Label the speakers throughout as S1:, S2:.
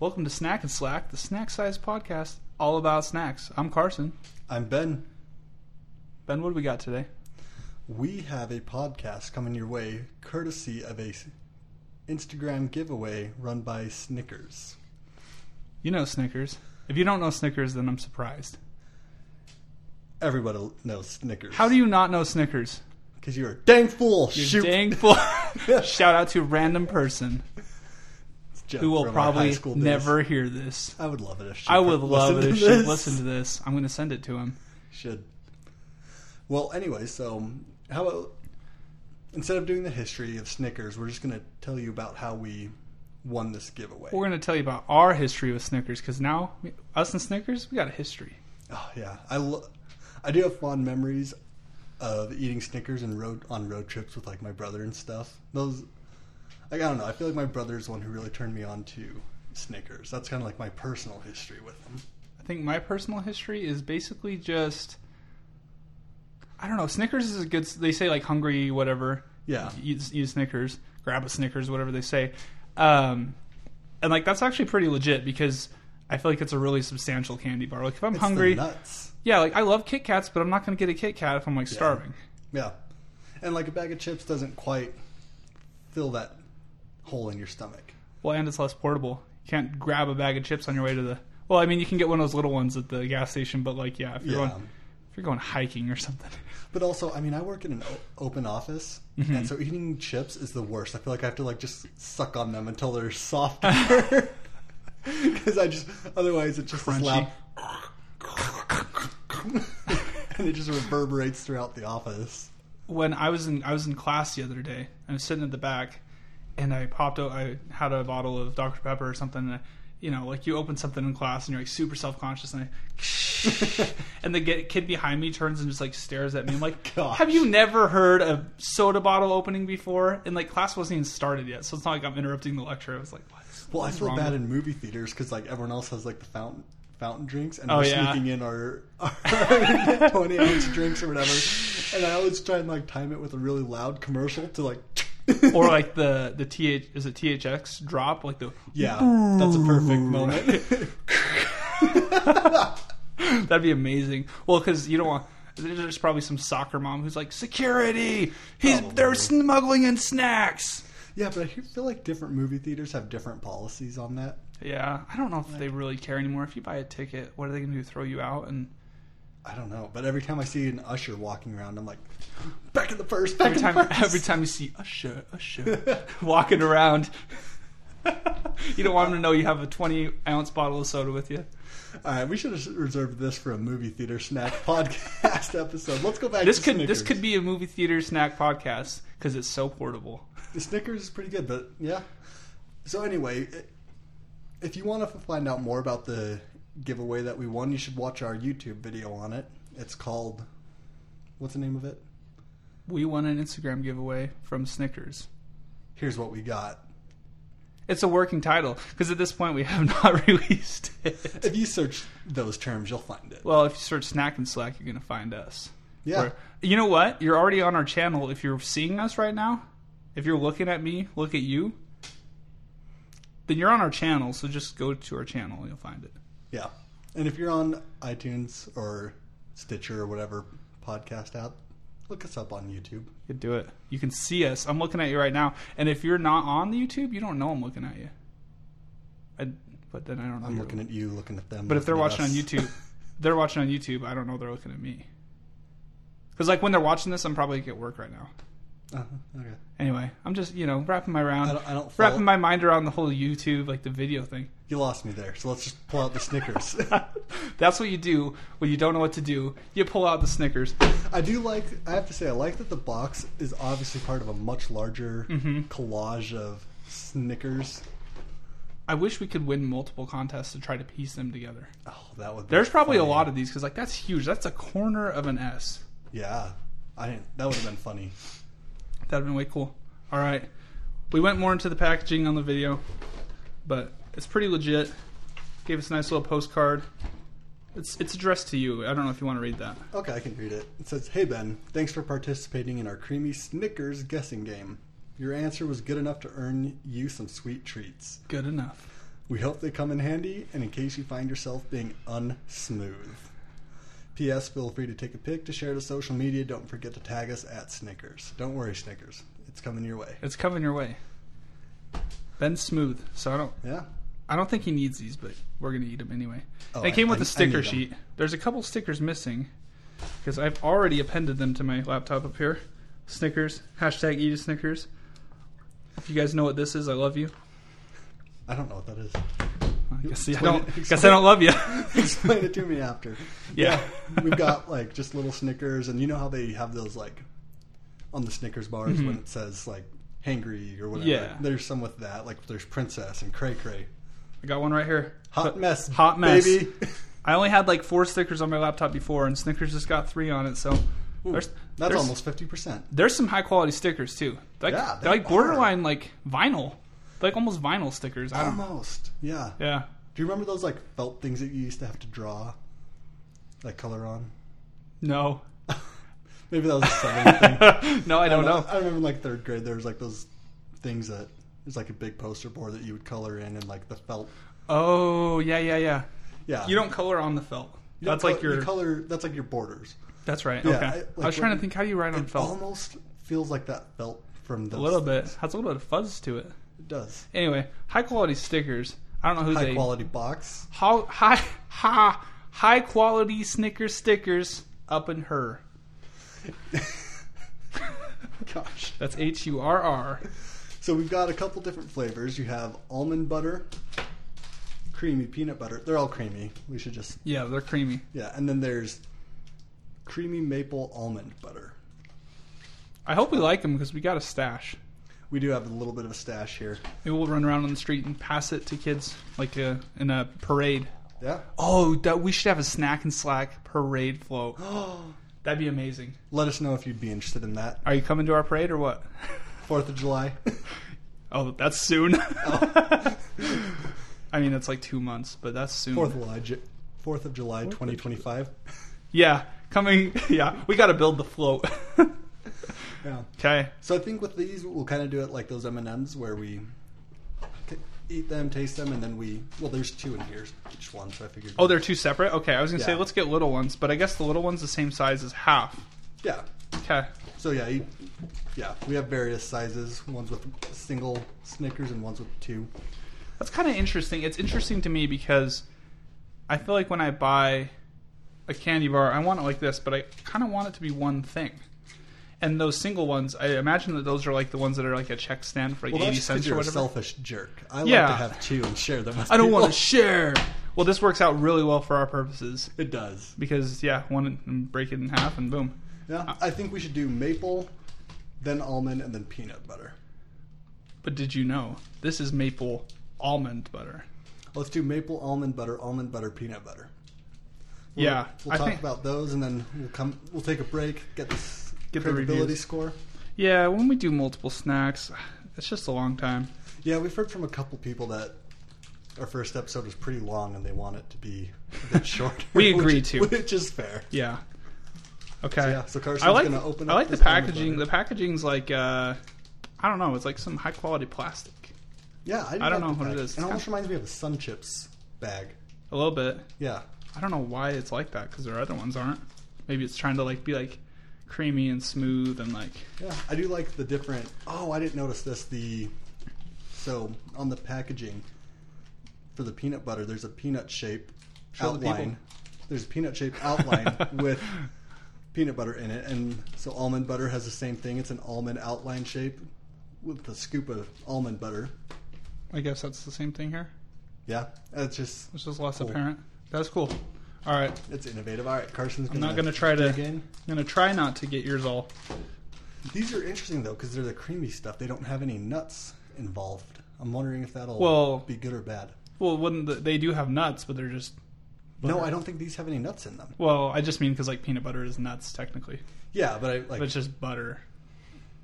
S1: Welcome to Snack and Slack, the snack size podcast all about snacks. I'm Carson.
S2: I'm Ben.
S1: Ben, what do we got today?
S2: We have a podcast coming your way courtesy of a s- Instagram giveaway run by Snickers.
S1: You know Snickers. If you don't know Snickers, then I'm surprised.
S2: Everybody knows Snickers.
S1: How do you not know Snickers?
S2: Because you're a dang fool.
S1: You
S2: Shoot.
S1: dang fool. Shout out to a random person
S2: It's Jeff
S1: who will
S2: from our high
S1: probably
S2: school days.
S1: never hear this.
S2: I would love it if she
S1: I would
S2: could
S1: love it
S2: listen
S1: if
S2: to
S1: she
S2: this.
S1: listened to this. I'm going to send it to him.
S2: Should. Well, anyway, so how about instead of doing the history of Snickers, we're just going to tell you about how we won this giveaway.
S1: We're going to tell you about our history with Snickers because now, us and Snickers, we got a history.
S2: Oh yeah, I lo- I do have fond memories of eating Snickers and road on road trips with like my brother and stuff. Those, like, I don't know. I feel like my brother's the one who really turned me on to Snickers. That's kind of like my personal history with them.
S1: I think my personal history is basically just I don't know. Snickers is a good. They say like hungry, whatever.
S2: Yeah.
S1: Use, use Snickers. Grab a Snickers, whatever they say. Um, and like that's actually pretty legit because I feel like it's a really substantial candy bar. Like if I'm
S2: It's the
S1: hungry,
S2: nuts.
S1: yeah. Like I love Kit Kats, but I'm not going to get a Kit Kat if I'm like starving.
S2: Yeah, and like a bag of chips doesn't quite fill that hole in your stomach.
S1: Well, and it's less portable. You can't grab a bag of chips on your way to the. Well, I mean, you can get one of those little ones at the gas station, but like, yeah, if you're
S2: Yeah.
S1: going, if you're going hiking or something,
S2: But also, I mean, I work in an o- open office,
S1: Mm-hmm.
S2: and so eating chips is the worst. I feel like I have to like just suck on them until they're soft, because I just otherwise it just is
S1: Crunchy.
S2: loud, and it just reverberates throughout the office.
S1: when I was in I was in class the other day. I was sitting at the back, and I popped. out I had a bottle of Dr Pepper or something. And I, you know, like you open something in class and you're like super self conscious, and I, and the ge- kid behind me turns and just like stares at me. I'm like,
S2: Gosh.
S1: have you never heard a soda bottle opening before? And like class wasn't even started yet, so it's not like I'm interrupting the lecture. I was like, what? is-
S2: Well,
S1: what
S2: I
S1: is
S2: feel
S1: wrong
S2: bad
S1: with-
S2: in movie theaters because like everyone else has like the fountain fountain drinks, and
S1: Oh,
S2: we're
S1: yeah.
S2: sneaking in our, our twenty ounce drinks or whatever. And I always try and like time it with a really loud commercial to like.
S1: or like the the th is it THX drop like the
S2: Yeah, that's a perfect moment.
S1: That'd be amazing. Well, because you don't want. There's probably some soccer mom who's like, "Security! He's they're
S2: Probably.
S1: smuggling in snacks."
S2: yeah, but I feel like different movie theaters have different policies on that.
S1: Yeah, I don't know if they really care anymore. If you buy a ticket, what are they going to do? Throw you out? And
S2: I don't know, but every time I see an usher walking around, I'm like, back in the first, back
S1: every
S2: in
S1: time,
S2: the first.
S1: every time you see Usher, Usher walking around, you don't want them to know you have a 20 ounce bottle of soda with you.
S2: All right, we should have reserved this for a movie theater snack podcast episode. Let's go back.
S1: This
S2: to
S1: could
S2: Snickers.
S1: this could be a movie theater snack podcast because it's so portable.
S2: The Snickers is pretty good, but yeah. So anyway, i- if you want to find out more about the giveaway that we won, you should watch our YouTube video on it. It's called, what's the name of it?
S1: We won an Instagram giveaway from Snickers.
S2: Here's what we got.
S1: It's a working title because at this point we have not released it.
S2: If you search those terms, you'll find it.
S1: Well, if you search Snack and Slack, you're going to find us.
S2: Yeah.
S1: Or- you know what? You're already on our channel. If you're seeing us right now, if you're looking at me, look at you, then you're on our channel. So just go to our channel and you'll find it.
S2: Yeah. And if you're on iTunes or Stitcher or whatever podcast app, look us up on YouTube.
S1: You can do it. You can see us. I'm looking at you right now. And if you're not on the YouTube, you don't know I'm looking at you. I, but then I don't know.
S2: I'm
S1: you're-
S2: looking at you, looking at them.
S1: But if they're
S2: looking
S1: watching
S2: at
S1: on
S2: us.
S1: YouTube, they're watching on YouTube. I don't know they're looking at me. Because like when they're watching this, I'm probably at work right now.
S2: Uh-huh, okay.
S1: Anyway, I'm just you know wrapping my round,
S2: I don't- I don't follow-
S1: wrapping my mind around the whole YouTube like the video thing.
S2: You lost me there, so let's just pull out the Snickers.
S1: That's what you do when you don't know what to do. You pull out the Snickers.
S2: I do like. I have to say, I like that the box is obviously part of a much larger
S1: Mm-hmm.
S2: collage of Snickers.
S1: I wish we could win multiple contests to try to piece them together.
S2: Oh, that would. Be
S1: There's probably a
S2: funny.
S1: lot of these because like that's huge. That's a corner of an S.
S2: Yeah, I didn't, that would have been funny.
S1: That'd been way cool. All right, we went more into the packaging on the video, but it's pretty legit. Gave us a nice little postcard. It's it's addressed to you. I don't know if you want to read that.
S2: Okay, I can read it. It says, "Hey Ben, thanks for participating in our creamy Snickers guessing game. Your answer was good enough to earn you some sweet treats.
S1: Good enough.
S2: We hope they come in handy, and in case you find yourself being unsmooth. P.S. Feel free to take a pic to share to social media. Don't forget to tag us at Snickers. Don't worry, Snickers. It's coming your way.
S1: It's coming your way. Ben's smooth, so I don't.
S2: Yeah.
S1: I don't think he needs these, but we're gonna eat them anyway.
S2: Oh,
S1: they
S2: I-
S1: came with a
S2: I- I
S1: sticker
S2: need them.
S1: sheet. There's a couple stickers missing because I've already appended them to my laptop up here. Snickers hashtag eat a Snickers. If you guys know what this is, I love you.
S2: I don't know what that is.
S1: I guess I
S2: Explain
S1: don't.
S2: it-
S1: guess I don't love you.
S2: Explain it to me after.
S1: yeah.
S2: We've got like just little Snickers, and you know how they have those like on the Snickers bars when it says like hangry or whatever.
S1: Mm-hmm. Yeah.
S2: There's some with that. Like there's Princess and Cray Cray.
S1: I got one right here.
S2: Hot
S1: But-
S2: mess.
S1: Hot mess.
S2: Baby.
S1: I only had like four stickers on my laptop before, and Snickers just got three on it. So
S2: Ooh,
S1: there's,
S2: that's
S1: there's-
S2: almost 50%.
S1: There's some high quality stickers too. They're like,
S2: Yeah,
S1: they're
S2: they
S1: like
S2: are.
S1: borderline like vinyl, they're like almost vinyl stickers. I don't know.
S2: Almost. Yeah.
S1: Yeah.
S2: Do you remember those like felt things that you used to have to draw? Like color on?
S1: No.
S2: Maybe that was a southern thing.
S1: no, I don't know.
S2: I remember in like third grade, there was like those things that it's like a big poster board that you would color in and like the felt.
S1: Oh yeah, yeah, yeah.
S2: Yeah,
S1: You don't color on the felt.
S2: You don't
S1: that's like
S2: col-
S1: your.
S2: you color. That's like your borders.
S1: that's right.
S2: Yeah,
S1: okay.
S2: I-
S1: I,
S2: like
S1: was trying
S2: when-
S1: to think how do you write on
S2: It
S1: felt.
S2: almost feels like that felt from
S1: A
S2: those
S1: little bit.
S2: things.
S1: Has a little bit of fuzz to it.
S2: It does.
S1: Anyway, high quality stickers. I don't know who
S2: High
S1: they.
S2: quality box.
S1: How high ha high quality Snickers stickers up in her.
S2: Gosh.
S1: That's H U R R.
S2: So we've got a couple different flavors. You have almond butter, creamy peanut butter. They're all creamy. We should just
S1: Yeah, they're creamy.
S2: yeah. And then there's creamy maple almond butter.
S1: I hope we like them because we got a stash.
S2: We do have a little bit of a stash here.
S1: Maybe we'll run around on the street and pass it to kids like uh in a parade.
S2: Yeah.
S1: Oh, that we should have a snack and slack parade float. That'd be amazing.
S2: Let us know if you'd be interested in that.
S1: Are you coming to our parade or what?
S2: Fourth of July.
S1: Oh, that's soon. I mean, it's like two months, but that's soon.
S2: Oh. Fourth of July. Ju- Fourth of July, twenty twenty-five.
S1: Yeah, coming. Yeah, we got to build the float.
S2: Yeah.
S1: okay.
S2: So I think with these, we'll kind of do it like those M and M's, where we c- eat them, taste them, and then we. Well, there's two in here, each one. So I figured.
S1: Oh, they're two separate. Okay, I was gonna say
S2: Yeah.
S1: let's get little ones, but I guess the little ones the same size as half.
S2: Yeah.
S1: Okay.
S2: So yeah, you, yeah, we have various sizes. Ones with single Snickers and ones with two.
S1: That's kind of interesting. It's interesting to me because I feel like when I buy a candy bar, I want it like this, but I kind of want it to be one thing. And those single ones, I imagine that those are like the ones that are like a check stand for like
S2: Well, that's
S1: eighty
S2: just 'cause
S1: cents or
S2: you're a
S1: whatever.
S2: selfish jerk. I like to
S1: Yeah.
S2: have two and share them. With
S1: I don't want to
S2: people.
S1: share. Well, this works out really well for our purposes
S2: it does.
S1: because yeah, one and break it in half and boom.
S2: Yeah. I think we should do maple, then almond, and then peanut butter.
S1: But did you know this is maple almond butter?
S2: Let's do maple, almond butter, almond butter, peanut butter.
S1: yeah,
S2: We'll
S1: I
S2: talk
S1: think.
S2: about those, and then we'll come. We'll take a break. Get this
S1: Get the
S2: credibility
S1: reviews.
S2: score.
S1: yeah, when we do multiple snacks, it's just a long time.
S2: Yeah, we've heard from a couple people that our first episode was pretty long, and they want it to be a bit shorter.
S1: We
S2: which-
S1: agree to.
S2: which is fair.
S1: Yeah. Okay.
S2: yeah, so Carson's
S1: I like,
S2: gonna open
S1: I
S2: up
S1: like the
S2: this almond
S1: packaging.
S2: butter.
S1: The packaging's like uh, I don't know. It's like some high quality plastic.
S2: Yeah, I, do
S1: I don't
S2: like
S1: know
S2: the
S1: what it
S2: pack.
S1: is.
S2: It almost reminds me of a Sun Chips bag.
S1: A little bit.
S2: Yeah,
S1: I don't know why it's like that because their other ones aren't. Maybe it's trying to like be like creamy and smooth and like
S2: yeah. I do like the different. Oh, I didn't notice this. The so on the packaging for the peanut butter, there's a peanut shape
S1: Show the people.
S2: outline. There's a peanut shaped outline with peanut butter in it, and so almond butter has the same thing. It's an almond outline shape with a scoop of almond butter.
S1: I guess that's the same thing here.
S2: Yeah, it's just
S1: It's just less
S2: Cool.
S1: apparent. That's cool. All right, I'm
S2: it's innovative. All right, Carson's. Gonna
S1: not gonna try to.
S2: dig in.
S1: I'm gonna try not to get yours all.
S2: These are interesting though because they're the creamy stuff. They don't have any nuts involved. I'm wondering if that'll
S1: Well-
S2: be good or bad.
S1: Well, wouldn't the, they do have nuts, but they're just.
S2: No, I don't think these have any nuts in them.
S1: Well, I just mean because like peanut butter is nuts technically,
S2: Yeah, but I like
S1: but it's just butter.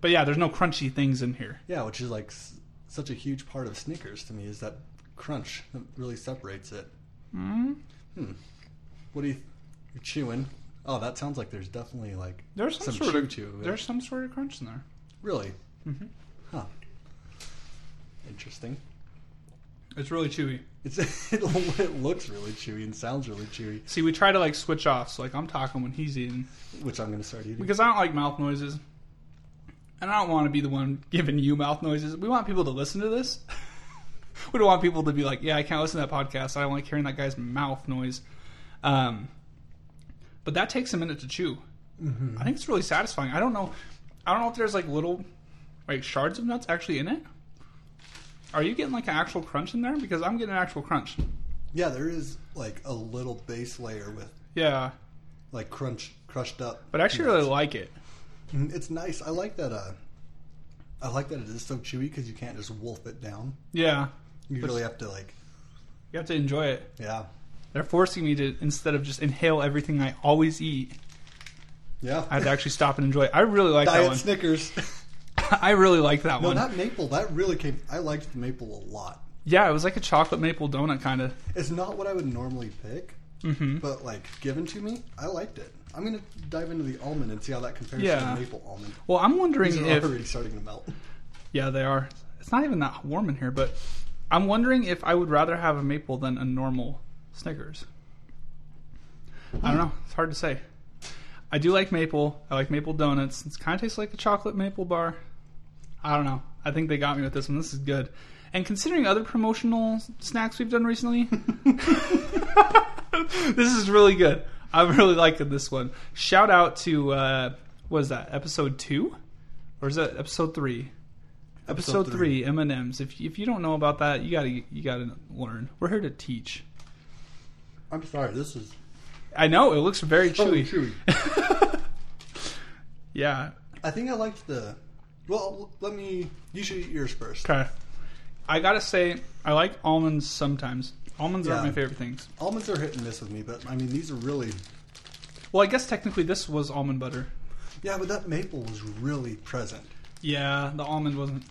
S1: But yeah, there's no crunchy things in here.
S2: yeah, which is like s- such a huge part of Snickers to me is that crunch that really separates it. Hmm.
S1: Mm,
S2: What do you you're chewing? Oh, that sounds like there's definitely like
S1: there's some,
S2: some
S1: sort of
S2: chew to it.
S1: there's some sort of crunch in there.
S2: really
S1: Mhm.
S2: huh. Interesting.
S1: It's really chewy.
S2: It's it, it looks really chewy and sounds really chewy,
S1: See, we try to like switch off. So like I'm talking when he's eating
S2: which I'm gonna start eating.
S1: because I don't like mouth noises, and I don't want to be the one giving you mouth noises. We want people to listen to this. we don't want people to be like, "Yeah, I can't listen to that podcast. I don't like hearing that guy's mouth noise." Um, but that takes a minute to chew.
S2: Mhm.
S1: I think it's really satisfying. I don't know. I don't know if there's like little like shards of nuts actually in it. Are you getting like an actual crunch in there? Because I'm getting an actual crunch.
S2: Yeah, there is like a little base layer with
S1: Yeah,
S2: like crunch crushed up.
S1: but I actually really like it.
S2: Mm, it's nice. I like that. Uh, I like that it is so chewy because you can't just wolf it down.
S1: Yeah,
S2: You
S1: But-
S2: really have to like,
S1: you have to enjoy it.
S2: yeah,
S1: They're forcing me to instead of just inhale everything I always eat,
S2: yeah.
S1: I have to actually stop and enjoy it. I really like
S2: Diet
S1: that one.
S2: Snickers.
S1: I really like that
S2: no,
S1: one.
S2: that maple. That really came. I liked the maple a lot.
S1: yeah, it was like a chocolate maple donut kind of.
S2: It's not what I would normally pick,
S1: hmm
S2: but like given to me, I liked it. I'm gonna dive into the almond and see how that compares
S1: Yeah.
S2: to the maple almond.
S1: Well, I'm wondering
S2: These are
S1: if
S2: already starting to melt.
S1: Yeah, they are. It's not even that warm in here, but I'm wondering if I would rather have a maple than a normal Snickers. I don't know. It's hard to say. I do like maple. I like maple donuts. It kind of tastes like a chocolate maple bar. I don't know. I think they got me with this one. This is good. And considering other promotional s- snacks we've done recently, this is really good. I'm really liking this one. Shout out to uh, what is that? Episode two, or is that episode three? Episode,
S2: Episode three.
S1: three, M and M's. If if you don't know about that, you gotta you gotta learn. We're here to teach.
S2: I'm sorry. This is
S1: I know it looks very
S2: so
S1: chewy. Yeah.
S2: I think I liked the. Well, let me. You should eat yours first.
S1: Okay. I gotta say, I like almonds sometimes. Almonds aren't
S2: Yeah.
S1: my favorite things.
S2: Almonds are hit and miss with me, but I mean these are really.
S1: Well, I guess technically this was almond butter.
S2: Yeah, but that maple was really present.
S1: Yeah, the almond wasn't.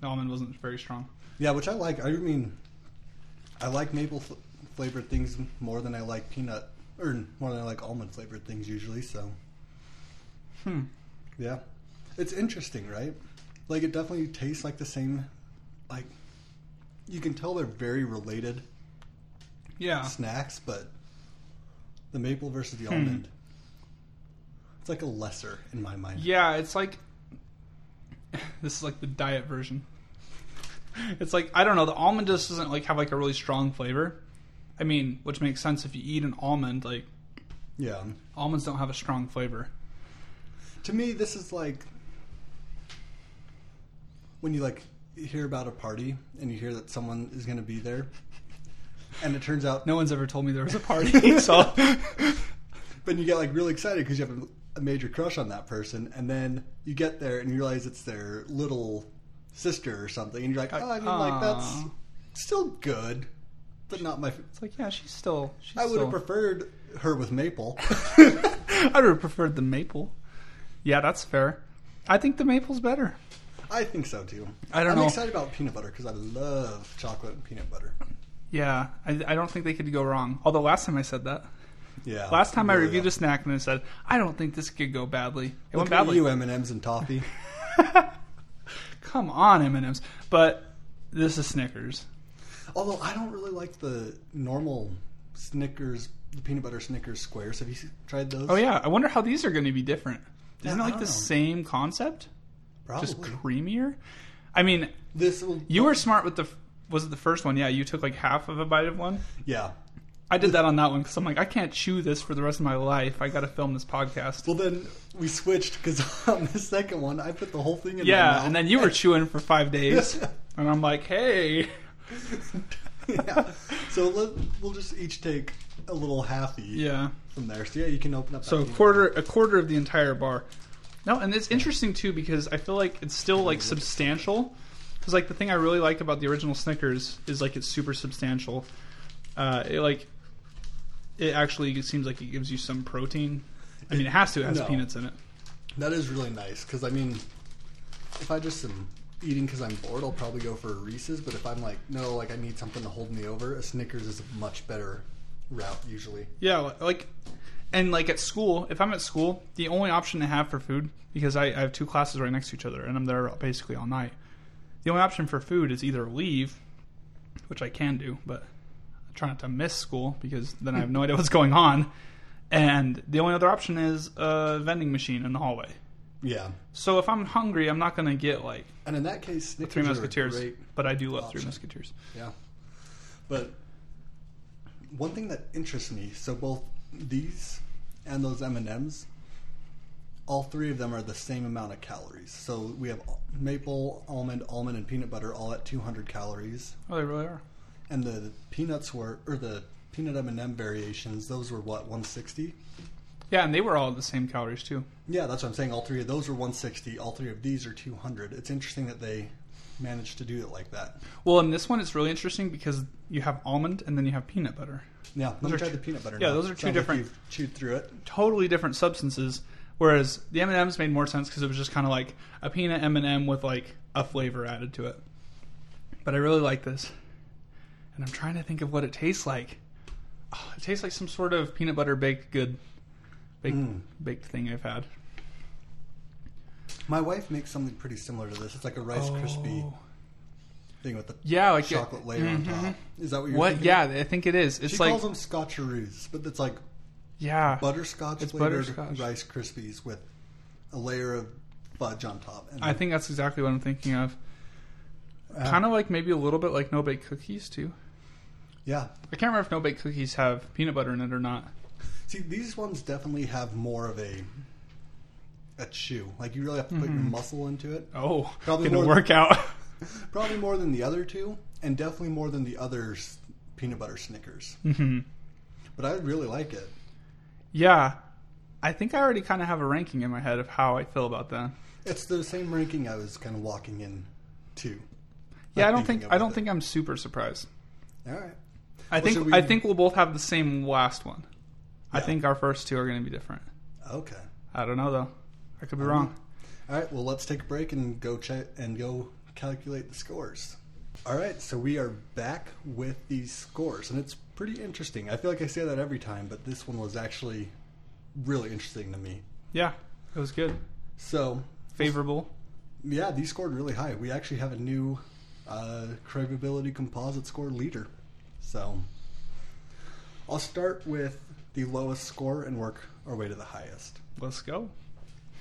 S1: The almond wasn't very strong.
S2: Yeah, which I like. I mean, I like maple fl- flavored things more than I like peanut, or more than I like almond flavored things usually. So,
S1: Hmm.
S2: yeah, it's interesting, right? Like it definitely tastes like the same. Like you can tell they're very related
S1: Yeah.
S2: snacks, but the maple versus
S1: Hmm.
S2: the almond. It's like a lesser in my mind.
S1: Yeah, it's like this is like the diet version. It's like I don't know, the almond just doesn't like have like a really strong flavor. I mean, which makes sense if you eat an almond, like
S2: Yeah.
S1: almonds don't have a strong flavor.
S2: To me, this is like when you like hear about a party and you hear that someone is going to be there, and it turns out
S1: No one's ever told me there was a party, so
S2: But you get like really excited because you have a, a major crush on that person, and then you get there and you realize it's their little sister or something, and you're like,
S1: Like,
S2: oh, I mean, like that's
S1: aw.
S2: still good, but not my. f-
S1: it's like yeah, she's still she's
S2: I would have
S1: still-
S2: preferred her with maple.
S1: I would have preferred the maple. Yeah, that's fair. I think the maple's better.
S2: I think so too.
S1: I don't
S2: I'm
S1: know.
S2: excited about peanut butter because I love chocolate and peanut butter.
S1: Yeah, I, I don't think they could go wrong. Although last time I said that,
S2: Yeah.
S1: last time I
S2: really
S1: reviewed
S2: am.
S1: a snack and I said I don't think this could go badly. It
S2: Look
S1: went
S2: at
S1: badly.
S2: you M and M's and toffee.
S1: Come on, M and M's. But this is Snickers.
S2: Although I don't really like the normal Snickers, the peanut butter Snickers squares. Have you s- tried those?
S1: Oh yeah, I wonder how these are going to be different.
S2: Yeah,
S1: Isn't it
S2: I
S1: like
S2: don't
S1: the
S2: know.
S1: same concept,
S2: probably.
S1: just creamier? I mean,
S2: this will.
S1: you were smart with the. f- Was it the first one? Yeah, you took like half of a bite of one.
S2: Yeah.
S1: I did that on that one because I'm like, I can't chew this for the rest of my life. I got to film this podcast.
S2: Well, then we switched because on the second one, I put the whole thing in my
S1: yeah,
S2: mouth.
S1: and then you were chewing for five days, and I'm like, hey,
S2: yeah. So let, we'll just each take a little halfy
S1: yeah.
S2: from there. So yeah, you can open up.
S1: So a
S2: that thing.
S1: quarter, a quarter of the entire bar. No, and it's interesting too because I feel like it's still like substantial. Because like the thing I really like about the original Snickers is like it's super substantial. Uh, it like it actually seems like it gives you some protein. I mean, it has to. It has
S2: No.
S1: peanuts in it.
S2: that is really nice because I mean, if I just am eating because I'm bored, I'll probably go for a Reese's. But if I'm like, no, like I need something to hold me over, a Snickers is a much better route usually.
S1: Yeah, li- like, and like at school, if I'm at school, the only option I have for food because I, I have two classes right next to each other, and I'm there basically all night. The only option for food is either leave which I can do, but I try not to miss school because then I have no idea what's going on. And the only other option is a vending machine in the hallway.
S2: Yeah.
S1: So if I'm hungry, I'm not going to get like
S2: And in that case,
S1: the
S2: Snickers
S1: Three
S2: are a
S1: Musketeers,
S2: great-
S1: but I do love Three
S2: option.
S1: Musketeers.
S2: Yeah. But one thing that interests me, so both these and those M&Ms, all three of them are the same amount of calories. So we have maple, almond, almond and peanut butter all at 200 calories,
S1: Oh, they really are.
S2: and the peanuts were or the peanut M&M variations, those were what 160.
S1: Yeah, and they were all the same calories too.
S2: Yeah, that's what I'm saying. All three of those were 160. All three of these are 200. It's interesting that they managed to do it like that.
S1: Well, in this one, it's really interesting because you have almond and then you have peanut butter.
S2: Yeah, let me
S1: are
S2: try
S1: two-
S2: the peanut butter.
S1: yeah,
S2: now.
S1: those are two
S2: Sounds like
S1: different-
S2: you've chewed through it.
S1: Totally different substances. Whereas the M and M's made more sense because it was just kind of like a peanut M and M with like a flavor added to it. But I really like this, and I'm trying to think of what it tastes like. Oh, it tastes like some sort of peanut butter baked good, baked,
S2: Mm.
S1: baked thing I've had.
S2: My wife makes something pretty similar to this. It's like a Rice Krispie
S1: Oh.
S2: thing with the
S1: Yeah, like
S2: chocolate layer
S1: Mhm.
S2: on top. Is that what you're
S1: What?
S2: thinking?
S1: Yeah, I think it is. It's
S2: She
S1: like
S2: calls them scotcheroos, but it's like
S1: yeah,
S2: butterscotch
S1: It's
S2: flavored
S1: butterscotch.
S2: Rice Krispies with a layer of fudge on top. And
S1: I think that's exactly what I'm thinking of.
S2: uh,
S1: Kind of like maybe a little bit like no bake cookies too.
S2: yeah.
S1: I can't remember if no bake cookies have peanut butter in it or not.
S2: See, these ones definitely have more of a a chew. Like you really have to put your
S1: Mhm.
S2: muscle into it.
S1: Oh,
S2: Probably
S1: gonna
S2: more-
S1: work out.
S2: Probably more than the other two, and definitely more than the other s- peanut butter Snickers.
S1: Mhm.
S2: But I really like it.
S1: yeah, I think I already kind of have a ranking in my head of how I feel about them.
S2: It's the same ranking I was kind of walking in to.
S1: Yeah,
S2: Like
S1: I don't think
S2: thinking
S1: I
S2: about
S1: don't
S2: it.
S1: think I'm super surprised.
S2: All right.
S1: I
S2: Well,
S1: think
S2: should we-
S1: I think we'll both have the same last one. I
S2: Yeah.
S1: think our first two are going to be different.
S2: Okay.
S1: I don't know though. I could be
S2: Mhm.
S1: wrong.
S2: All right. Well, let's take a break and go check and go calculate the scores. All right. So we are back with these scores, and it's pretty interesting. I feel like I say that every time, but this one was actually really interesting to me.
S1: Yeah, it was good.
S2: So
S1: Favorable.
S2: yeah, these scored really high. We actually have a new uh, craveability composite score leader. So I'll start with the lowest score and work our way to the highest.
S1: Let's go.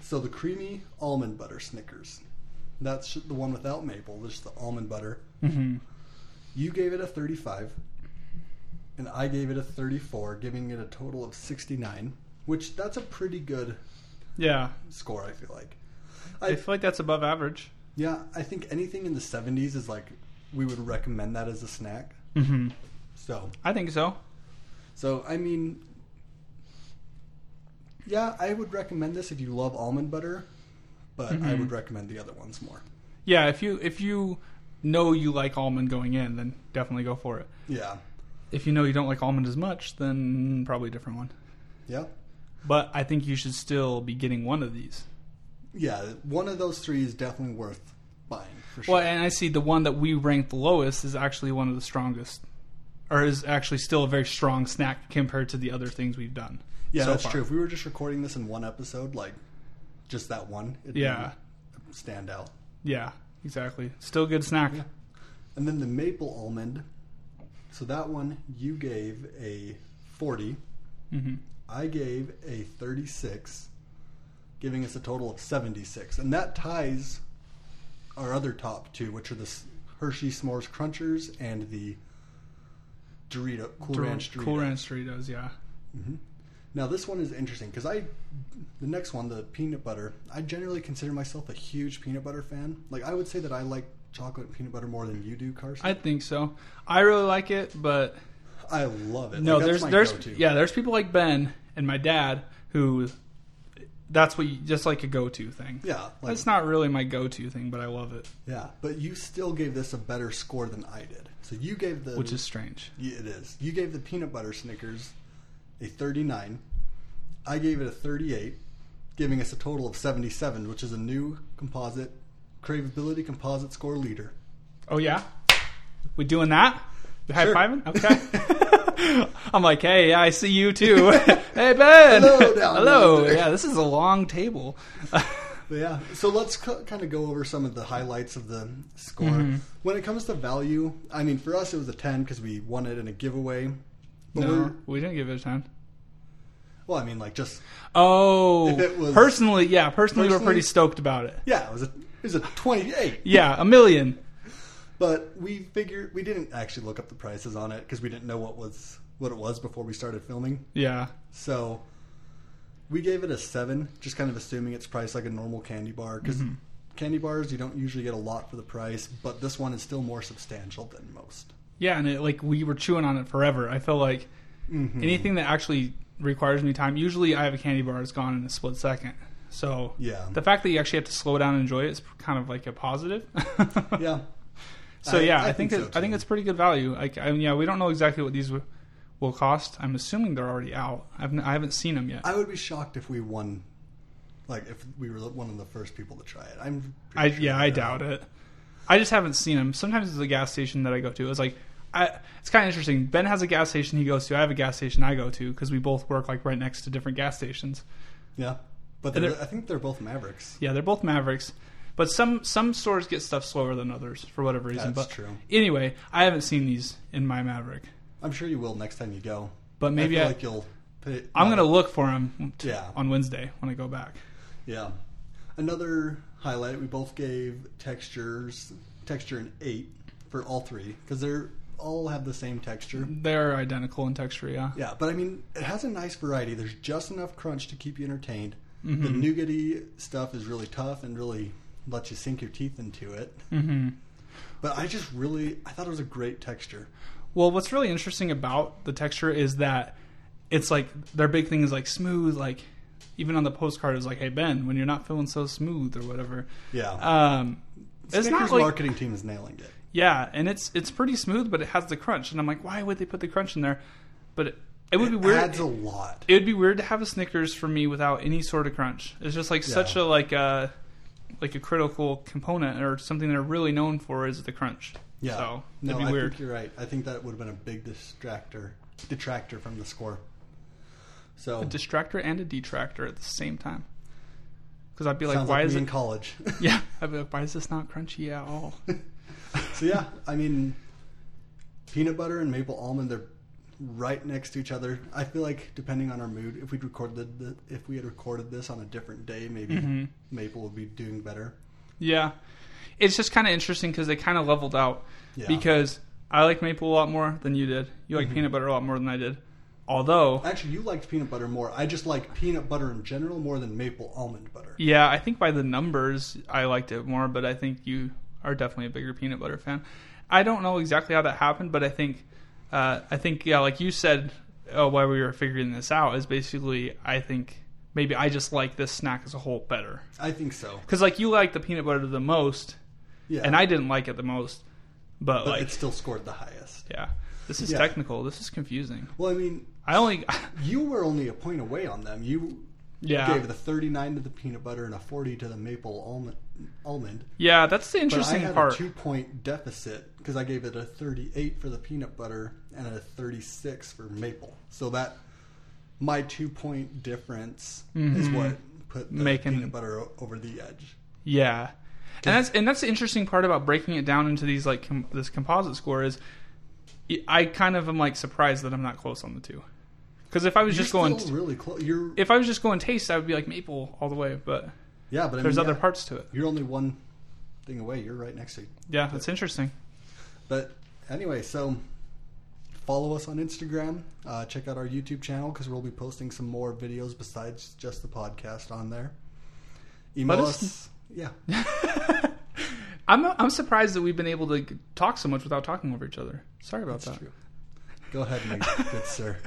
S2: So the creamy almond butter Snickers. That's the one without maple. This is the almond butter. Mm-hmm.
S1: hmm
S2: You gave it a 35, and I gave it a 34, giving it a total of 69, which that's a pretty good
S1: Yeah,
S2: score, I feel like.
S1: I
S2: I-
S1: feel like that's above average.
S2: Yeah, I think anything in the 70s is like we would recommend that as a snack.
S1: Mm-hmm.
S2: So,
S1: I think so.
S2: so I mean, yeah, I would recommend this if you love almond butter, but I
S1: Mhm.
S2: would recommend the other ones more.
S1: Yeah, if you if you know you like almond going in, then definitely go for it.
S2: Yeah,
S1: If you know you don't like almond as much, then probably a different one.
S2: yeah,
S1: But I think you should still be getting one of these.
S2: yeah. One of those three is definitely worth buying for sure.
S1: Well, and I see the one that we ranked the lowest is actually one of the strongest, or is actually still a very strong snack compared to the other things we've done.
S2: yeah,
S1: so
S2: that's
S1: far.
S2: true. If we were just recording this in one episode, like just that one, it'd
S1: Yeah,
S2: be- stand out.
S1: yeah, exactly. Still good snack.
S2: Yeah. And then the maple almond. So that one you gave a 40.
S1: hmm
S2: I gave a 36, giving us a total of 76. And that ties our other top two, which are the S- Hershey S'mores Crunchers and the Dorito, Cool Ranch Dorito.
S1: Cool Ranch Doritos. Yeah.
S2: Mhm. Now, this one is interesting because I, the next one, the peanut butter, I generally consider myself a huge peanut butter fan. Like, I would say that I like chocolate and peanut butter more than you do, Carson.
S1: I think so. I really like it, but
S2: I love it.
S1: no,
S2: Like, that's
S1: there's
S2: my
S1: there's
S2: go-to.
S1: yeah, there's people like Ben and my dad who that's what you, just like a go-to thing.
S2: yeah, like,
S1: That's not really my go-to thing, but I love it,
S2: yeah. But you still gave this a better score than I did. So you gave the
S1: which is strange.
S2: yeah, it is you gave the peanut butter Snickers a 39. I gave it a 38, giving us a total of 77, which is a new composite craveability composite score leader.
S1: Oh yeah, we doing that? We high
S2: Sure.
S1: fiving? Okay. I'm like, hey, yeah, I see you too. hey Ben.
S2: Hello down
S1: Hello.
S2: under.
S1: Yeah, this is a long table.
S2: But yeah, so let's c- kind of go over some of the highlights of the score.
S1: Mhm.
S2: When it comes to value, I mean, for us it was a ten because we won it in a giveaway. But
S1: No,
S2: we're,
S1: we didn't give it a ten.
S2: well, I mean, like just
S1: Oh,
S2: If it was-
S1: personally, yeah, personally, we're
S2: Personally-
S1: pretty stoked about it.
S2: yeah, it was a it was a twenty-eight.
S1: Yeah, a million.
S2: But we figured we didn't actually look up the prices on it because we didn't know what was what it was before we started filming.
S1: Yeah,
S2: So we gave it a seven, just kind of assuming it's priced like a normal candy bar because
S1: Mm-hmm.
S2: candy bars you don't usually get a lot for the price, but this one is still more substantial than most.
S1: yeah, and it, like we were chewing on it forever. I feel like
S2: Mm-hmm.
S1: anything that actually requires me time. Usually, I have a candy bar it's gone in a split second. So
S2: Yeah.
S1: the fact that you actually have to slow down and enjoy it is kind of like a positive.
S2: yeah.
S1: So
S2: I-
S1: yeah,
S2: I
S1: I, think
S2: think so,
S1: it's, I think
S2: too.
S1: it's pretty good value. Like I mean, yeah, we don't know exactly what these w- will cost. I'm assuming they're already out. I've n- I haven't seen them yet.
S2: I would be shocked if we won, like if we were one of the first people to try it. I'm.
S1: I
S2: pretty sure
S1: yeah, I
S2: they're out.
S1: doubt it. I just haven't seen them. Sometimes the gas station that I go to is like, I, it's kind of interesting. Ben has a gas station he goes to. I have a gas station I go to because we both work like right next to different gas stations.
S2: Yeah, but
S1: And
S2: they're,
S1: they're-
S2: I think they're both Mavericks.
S1: Yeah, they're both Mavericks, but some some stores get stuff slower than others for whatever reason.
S2: That's
S1: but
S2: true.
S1: anyway, I haven't seen these in my Maverick,
S2: I'm sure you will next time you go.
S1: but maybe
S2: I
S1: I
S2: feel like you'll. Pay,
S1: I'm gonna look for them
S2: Yeah.
S1: on Wednesday when I go back.
S2: Yeah. Another highlight we both gave textures texture an eight for all three because they're all have the same texture.
S1: They're identical in texture, yeah.
S2: Yeah, but I mean it has a nice variety. There's just enough crunch to keep you entertained.
S1: Mm-hmm.
S2: The nougaty stuff is really tough and really lets you sink your teeth into it.
S1: hmm
S2: But I just really I thought it was a great texture.
S1: Well, what's really interesting about the texture is that it's like their big thing is like smooth, like even on the postcard is like, "Hey Ben, when you're not feeling so smooth or whatever."
S2: Yeah,
S1: Um, it's
S2: Snickers'
S1: not like
S2: marketing team is nailing it.
S1: yeah, and it's it's pretty smooth, but it has the crunch, and I'm like, why would they put the crunch in there? But it, it would be
S2: It
S1: weird.
S2: adds a lot.
S1: it would be weird to have a Snickers for me without any sort of crunch. It's just like such
S2: Yeah.
S1: a like a like a critical component or something they're really known for is the crunch.
S2: Yeah.
S1: so
S2: no,
S1: that'd be
S2: I
S1: weird.
S2: think you're right. I think that would have been a big distractor, detractor from the score. So
S1: A distractor and a detractor at the same time. Because I'd be like,
S2: sounds
S1: why
S2: like
S1: is
S2: me
S1: it?
S2: in college?
S1: yeah, I'd be like, why is this not crunchy at all?
S2: so yeah, I mean, peanut butter and maple almond they're right next to each other. I feel like depending on our mood, if we'd recorded the, if we had recorded this on a different day, maybe
S1: Mhm.
S2: maple would be doing better.
S1: yeah, it's just kind of interesting because they kind of leveled out.
S2: Yeah. Mm-hmm.
S1: Because I like maple a lot more than you did. You like peanut butter a lot more than I did. Although,
S2: Actually, you liked peanut butter more. I just like peanut butter in general more than maple almond butter.
S1: yeah, I think by the numbers I liked it more, but I think you are definitely a bigger peanut butter fan. I don't know exactly how that happened, but I think, uh, I think yeah, like you said, uh, while we were figuring this out, is basically I think maybe I just like this snack as a whole better
S2: I think so.
S1: because like you like the peanut butter the most,
S2: Yeah,
S1: and I didn't like it the most, but,
S2: but
S1: like
S2: it still scored the highest.
S1: yeah, this is
S2: Yeah.
S1: technical. This is confusing.
S2: Well, I mean,
S1: I only
S2: you were only a point away on them. You
S1: yeah
S2: gave the 39 to the peanut butter and a 40 to the maple almond. almond.
S1: yeah that's the
S2: But I
S1: interesting
S2: had
S1: part.
S2: a two point deficit because I gave it a 38 for the peanut butter and a 36 for maple. So that my two point difference is
S1: Mhm.
S2: what put the
S1: Making-
S2: peanut butter o- over the edge.
S1: Yeah, and that's and that's the interesting part about breaking it down into these like com- this composite score is, I- I kind of am like surprised that I'm not close on the two, because if I was
S2: You're
S1: just going,
S2: still really close. You're
S1: if I was just going taste, I would be like maple all the way, but
S2: yeah, but I
S1: there's
S2: mean,
S1: other
S2: yeah,
S1: parts to it.
S2: You're only one thing away. You're right next to.
S1: Yeah, that's interesting.
S2: But anyway, so follow us on Instagram. Uh, check out our YouTube channel because we'll be posting some more videos besides just the podcast on there. Email
S1: Let
S2: us.
S1: us-
S2: Yeah.
S1: I'm I'm surprised that we've been able to talk so much without talking over each other. Sorry about that.
S2: That's true. Go ahead, my good sir.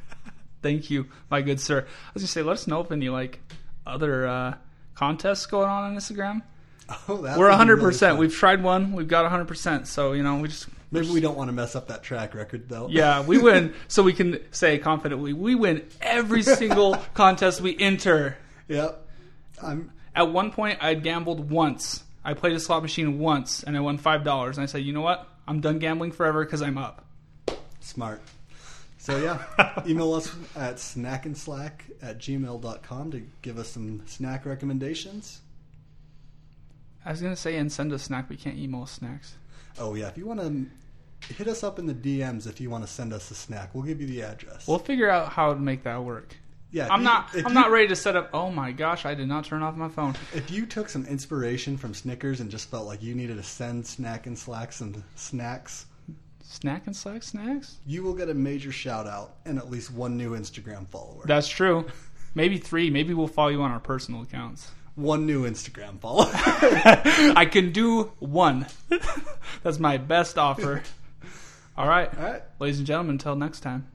S1: Thank you, my good sir. I was gonna say, let us know if any like other uh, contests going on on Instagram.
S2: Oh, that
S1: We're
S2: would be really
S1: 100. percent
S2: fun.
S1: We've tried one. We've got 100. percent So you know, we just
S2: Maybe we don't want to mess up that track record, though.
S1: Yeah, we win, so we can say confidently, we win every single contest we enter.
S2: yep. I'm.
S1: At one point, I had gambled once. I played a slot machine once, and I won five dollars. And I said, you know what? I'm done gambling forever because I'm up.
S2: Smart. So, yeah, email us at snackandslack at gmail.com to give us some snack recommendations.
S1: I was gonna say and send a snack, but you can't eat most snacks.
S2: Oh yeah, if you want to hit us up in the DMs if you want to send us a snack, we'll give you the address.
S1: We'll figure out how to make that work.
S2: yeah, if
S1: I'm
S2: you-
S1: not.
S2: If
S1: I'm
S2: you,
S1: not ready to set up. Oh my gosh! I did not turn off my phone.
S2: If you took some inspiration from Snickers and just felt like you needed to send snack and slacks and snacks,
S1: Snack and slack snacks.
S2: you will get a major shout out and at least one new Instagram follower.
S1: That's true. Maybe three. Maybe we'll follow you on our personal accounts.
S2: one new Instagram follower.
S1: I can do one. That's my best offer. All right,
S2: All right.
S1: ladies and gentlemen. Until next time.